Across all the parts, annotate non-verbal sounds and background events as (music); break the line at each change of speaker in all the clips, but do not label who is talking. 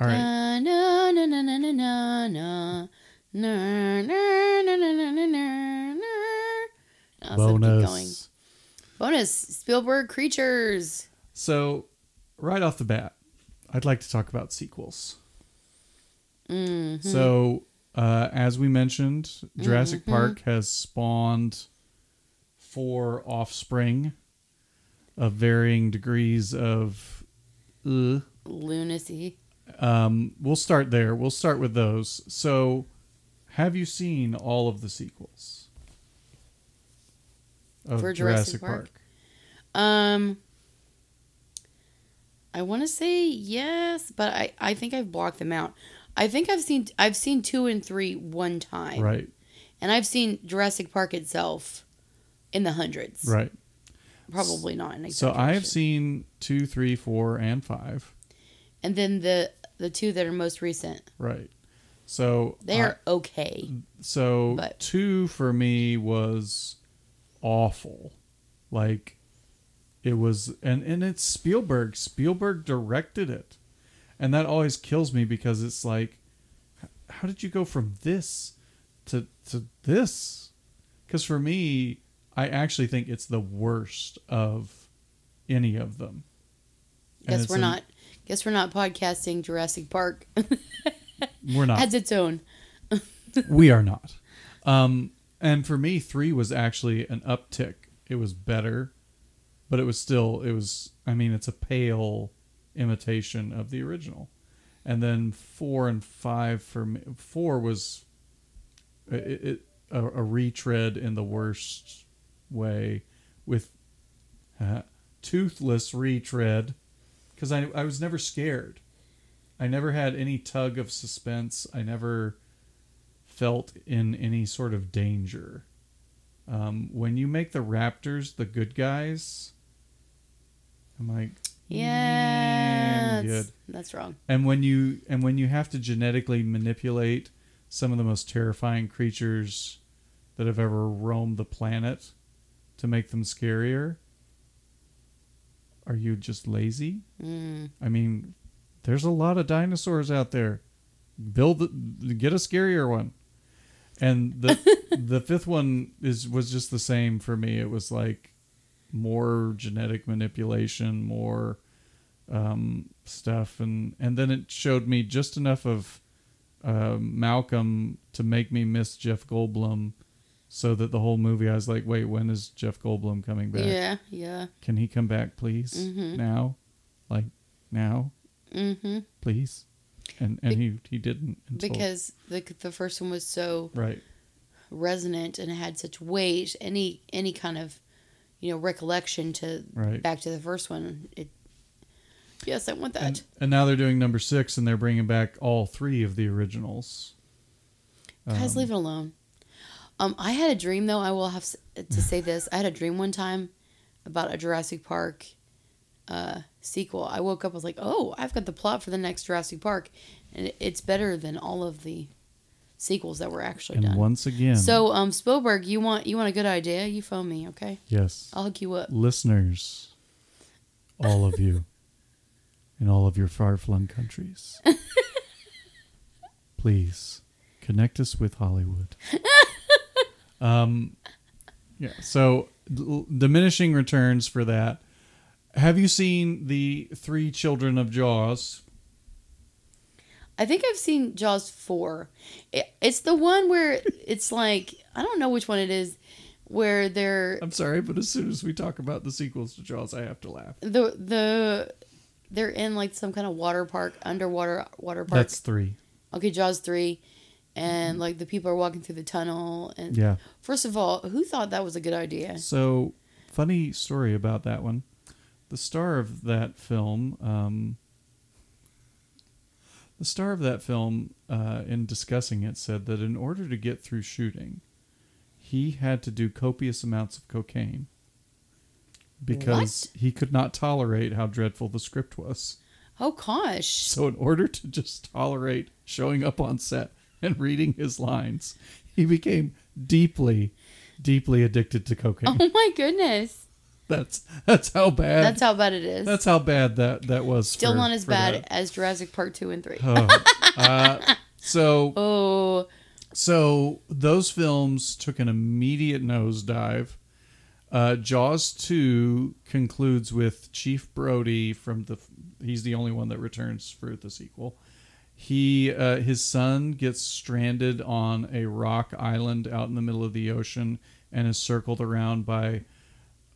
All right.
Na, na, na, na, na, na, na, na. Na, na, na, na, na, na, na, na. I'll sort of keep going.
Bonus.
Bonus Spielberg creatures.
So, right off the bat, I'd like to talk about sequels.
Mm.
So, uh, as we mentioned,
Mm-hmm.
Jurassic Park has spawned four offspring of varying degrees of. Uh,
Lunacy.
um, we'll start there. We'll start with those. So, have you seen all of the sequels of
For Jurassic Park? Um I want to say yes, but I I think I've blocked them out. I think I've seen I've seen 2 and 3 one time.
Right,
And I've seen Jurassic Park itself in the hundreds.
right.
Probably not in
So I have
exaggeration.
seen two, three, four, and five.
And then the the two that are most recent.
Right. So
They
I-
are okay.
so
but-
two for me was awful. Like it was, and and it's Spielberg. Spielberg directed it, and that always kills me because it's like, h- how did you go from this to to this? Because for me, I actually think it's the worst of any of them. And
Guess
it's Ah.
we're
an-
not guess we're not podcasting Jurassic Park (laughs)
We're not.
as its own.
we are not. Um, and for me, three was actually an uptick. It was better, but it was still it was. I mean, it's a pale imitation of the original. And then four and five for me, four was it, it, a, a retread in the worst way with uh, toothless retread because I I was never scared. I never had any tug of suspense. I never felt in any sort of danger. Um, when you make the Raptors the good guys, I'm like,
Yeah.
"Mm,
that's-
good.
That's wrong.
And when you and when you have to genetically manipulate some of the most terrifying creatures that have ever roamed the planet to make them scarier, are you just lazy?
Mm.
I mean, there's a lot of dinosaurs out there. Build, get a scarier one. And the the fifth one is was just the same for me. It was like more genetic manipulation, more um, stuff, and and then it showed me just enough of uh, Malcolm to make me miss Jeff Goldblum, so that the whole movie I was like, wait, when is Jeff Goldblum coming back?
Yeah, yeah.
Can he come back, please?
Mhm.
Now, like now,
Mm-hmm.
please. And and he he didn't until,
Because the the first one was so
right
resonant and had such weight. Any any kind of you know recollection to
right.
back to the first one. It yes, I want that.
And, and now they're doing number six, and they're bringing back all three of the originals.
Guys,
Um,
leave it alone. Um, I had a dream though. I will have s- to say this. I had a dream one time about a Jurassic Park uh, sequel. I woke up. I was like, "Oh, I've got the plot for the next Jurassic Park, and it- it's better than all of the sequels that were actually
and
done."
once again,
So, um, Spielberg, you want you want a good idea? You phone me, okay?
yes,
I'll hook you up.
listeners, all
(laughs)
of you, in all of your far flung countries, please connect us
(laughs)
with Hollywood. um, yeah. So l- diminishing returns for that. Have you seen the Three Children of Jaws?
I think I've seen Jaws four. It, it's the one where it's like I don't know which one it is, where they're
I'm sorry, but as soon as we talk about the sequels to Jaws, I have to laugh.
the the they're in like some kind of water park, underwater water park.
That's three.
okay, Jaws three, and like the people are walking through the tunnel. And
Yeah.
first of all, who thought that was a good idea?
So, funny story about that one. The star of that film, um, the star of that film, uh, in discussing it, said that in order to get through shooting, he had to do copious amounts of cocaine because he could not tolerate how dreadful the script was.
Oh (laughs) gosh,
So, in order to just tolerate showing up on set and reading his lines, he became deeply, deeply addicted to cocaine.
oh my goodness,
(laughs) That's that's how bad.
Oh. That's how bad it is.
That's how bad that that was.
Still
for-
not as
for
bad
that.
as Jurassic Part two and three.
Oh, uh,
(laughs)
so
Oh,
so those films took an immediate nosedive. Uh, Jaws two concludes with Chief Brody from the. He's the only one that returns for the sequel. He uh, his son gets stranded on a rock island out in the middle of the ocean and is circled around by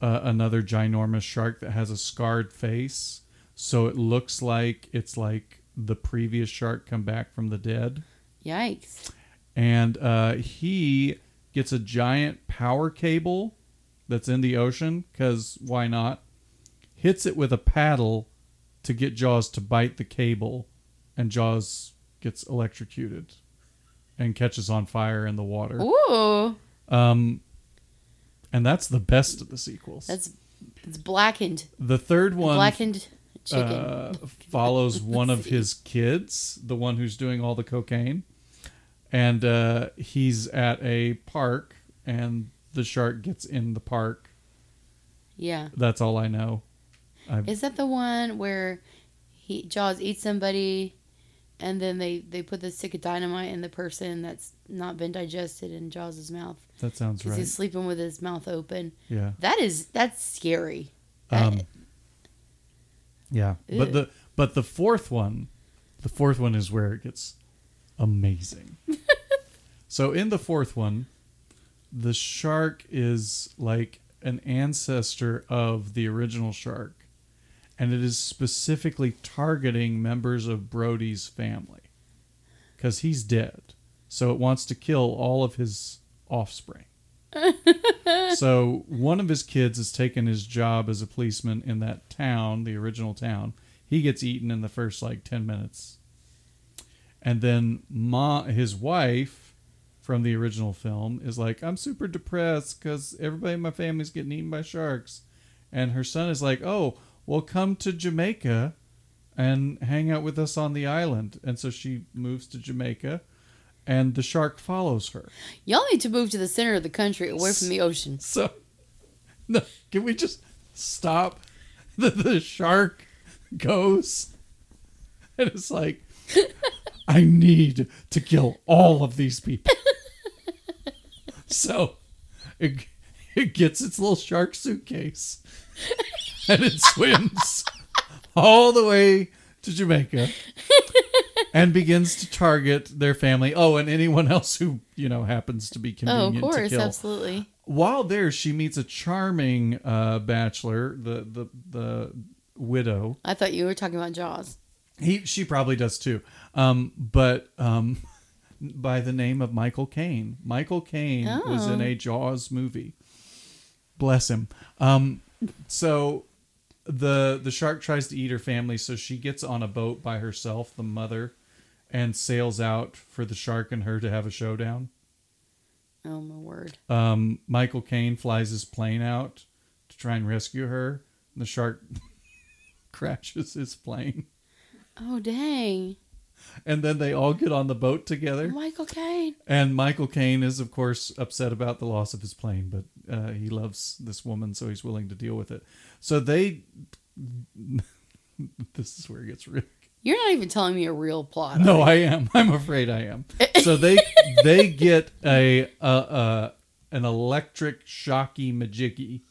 uh, another ginormous shark that has a scarred face, so it looks like it's like the previous shark come back from the dead
yikes!
and uh, he gets a giant power cable that's in the ocean because why not hits it with a paddle to get jaws to bite the cable and jaws gets electrocuted and catches on fire in the water
Ooh,
um, and that's the best of the sequels
that's it's blackened,
the third one
blackened chicken.
uh, follows one of his kids, the one who's doing all the cocaine, and uh, he's at a park, and the shark gets in the park.
yeah,
That's all I know.
is that the one where he Jaws eats somebody, and then they they put the stick of dynamite in the person that's not been digested in Jaws's mouth
That sounds
because
right.
he's sleeping with his mouth open.
Yeah,
That is that's scary. That-
um, yeah. But
Ew.
the but the fourth one, the fourth one is where it gets amazing. so in the fourth one, the shark is like an ancestor of the original shark. and it is specifically targeting members of Brody's family because he's dead. So it wants to kill all of his offspring. so one of his kids has taken his job as a policeman in that town, the original town. He gets eaten in the first like 10 minutes. And then ma, his wife from the original film is like, I'm super depressed because everybody in my family's getting eaten by sharks. And her son is like, Oh, well, come to Jamaica and hang out with us on the island. And so she moves to Jamaica, and the shark follows her.
Y'all need to move to the center of the country, away from the (laughs) ocean.
So, no, can we just stop? (laughs) The, the shark goes, and
(laughs)
it's like, I need to kill all of these people.
(laughs)
so, it, it gets its little
(laughs)
shark suitcase, and it swims all the way to Jamaica. and begins to target their family. Oh, and anyone else who you know happens to be
Oh, of
convenient to
course,
kill
absolutely.
while there, she meets a charming uh, bachelor, the the the widow.
I thought you were talking about Jaws.
He she probably does too, um, but um, (laughs) by the name of Michael Caine. Michael Caine was in
Oh.
a Jaws movie. Bless him. Um, so the the shark tries to eat her family, so she gets on a boat by herself, the mother, and sails out for the shark and her to have a showdown.
Oh my word.
um, Michael Caine flies his plane out to try and rescue her. And the shark (laughs) crashes his plane,
Oh dang.
and then they all get on the boat together.
Michael Caine.
And Michael Caine is, of course, upset about the loss of his plane, but uh, he loves this woman, so he's willing to deal with it. So they, (laughs) this is where it gets really
You're not even telling me a real plot.
No, I am. (laughs) I'm afraid I am. So they they get a uh, uh, an electric shocky majiggy,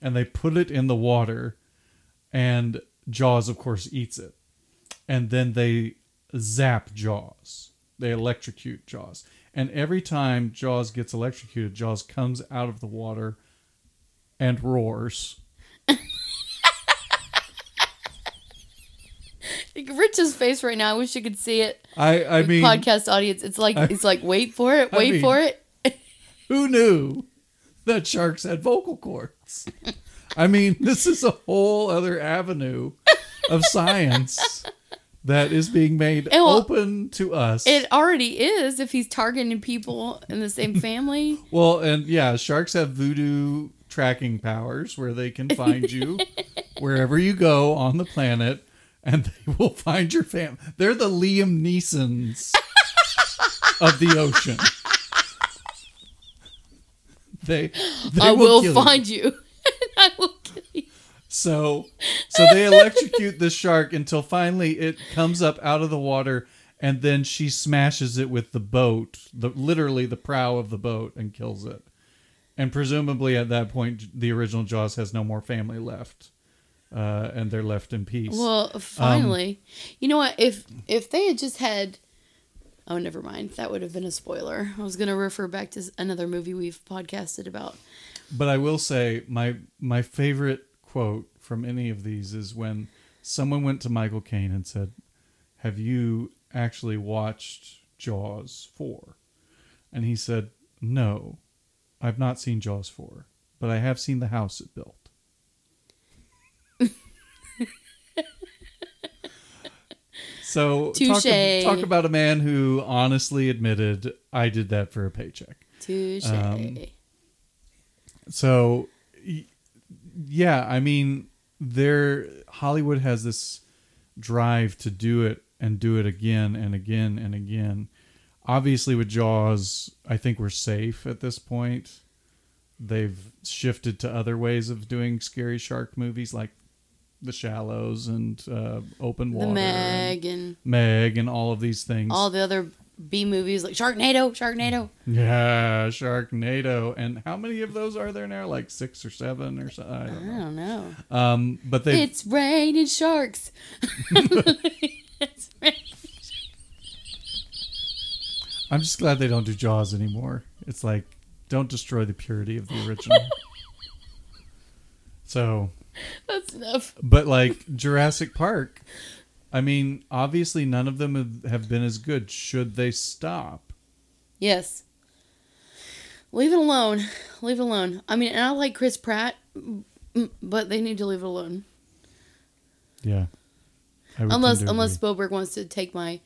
and they put it in the water, and Jaws, of course, eats it, and then they zap Jaws. They electrocute Jaws, and every time Jaws gets electrocuted, Jaws comes out of the water and roars.
Like, Rich's face right now. I wish you could see it.
I I
With
mean,
podcast audience. It's like
I-
it's like wait for it,
I
wait
mean-
for it.
Who knew that sharks had vocal cords? I mean, (laughs) this is a whole other avenue of science that is being made
And well,
open to us.
It already is if he's targeting people in the
(laughs)
same family.
well, and yeah, sharks have voodoo tracking powers where they can
(laughs)
find you wherever you go on the planet and they (laughs) will find your fam. They're the
(laughs)
Liam Neesons of the ocean. They, they
I will
kill you.
find you. I will kill you.
So, so they electrocute the shark until finally it comes up out of the water, and then she smashes it with the boat, the literally the prow of the boat, and kills it. And presumably at that point, the original Jaws has no more family left, uh, and they're left in peace.
Well, finally, you know what? If if they had just had, oh, never mind. That would have been a spoiler. I was gonna refer back to s- another movie we've podcasted about.
But I will say my my favorite quote from any of these is when someone went to Michael Caine and said, "Have you actually watched Jaws 4?" And he said, "No. I've not seen Jaws 4, but I have seen the house it built." so talk,
Touche.
talk about a man who honestly admitted, "I did that for a paycheck."
Touche.
Um, So, y- yeah, I mean, there Hollywood has this drive to do it and do it again and again and again. Obviously, with Jaws, I think we're safe at this point. They've shifted to other ways of doing scary shark movies, like The Shallows and uh, Open
the
Water, and
Meg and
Meg, and all of these things.
all the other B movies like Sharknado, Sharknado.
yeah, Sharknado, and how many of those are there now? Like six or seven or something. I
I
don't know.
don't know.
Um, but they
It's raining
(laughs)
sharks. (laughs) it's raining.
I'm just glad they don't do Jaws anymore. It's like don't destroy the purity of the original.
(laughs)
so,
That's enough.
but like Jurassic Park, I mean, obviously none of them have- have been as good. Should they stop?
Yes. Leave it alone. Leave it alone. I mean, and I like Chris Pratt, m- m- but they need to leave it alone.
Yeah. I would
Unless
tend to
unless
agree.
Spielberg wants to take my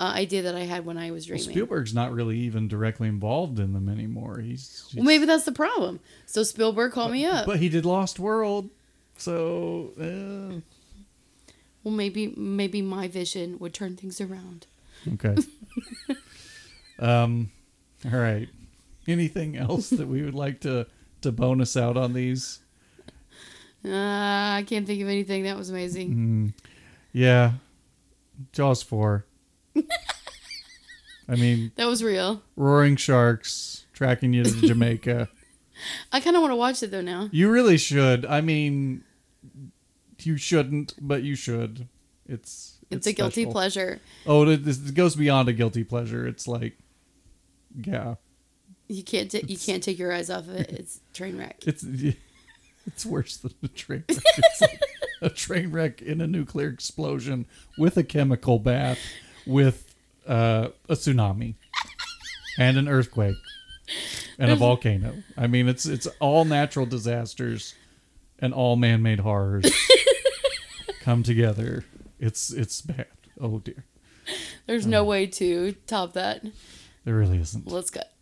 uh, idea that I had when I was
Well,
dreaming. Well,
Spielberg's not really even directly involved in them anymore. He's, he's
maybe uh, that's the problem. So Spielberg, call me up.
But he did Lost World. So, uh,
well, maybe maybe my vision would turn things around.
Okay. (laughs) um, all right. Anything else that we would like to to bonus out on these?
Uh, I can't think of anything. That was amazing.
Mm, yeah, Jaws four. (laughs) I mean,
That was real.
roaring sharks tracking you to Jamaica.
I kind of want to watch it though now.
You really should. I mean, you shouldn't, but you should. It's
It's, a guilty
special.
pleasure.
Oh, it, it goes beyond a guilty pleasure. It's like, yeah.
You can't ta- you can't take your eyes off of it. It's a train wreck.
It's (laughs) it's worse than a train wreck. It's like a train wreck in a nuclear explosion with a chemical bath with uh, a tsunami and an earthquake and a volcano. I mean, it's it's all natural disasters and all man-made horrors come together. It's it's bad. Oh dear.
There's no way to top that.
There really isn't.
Let's cut.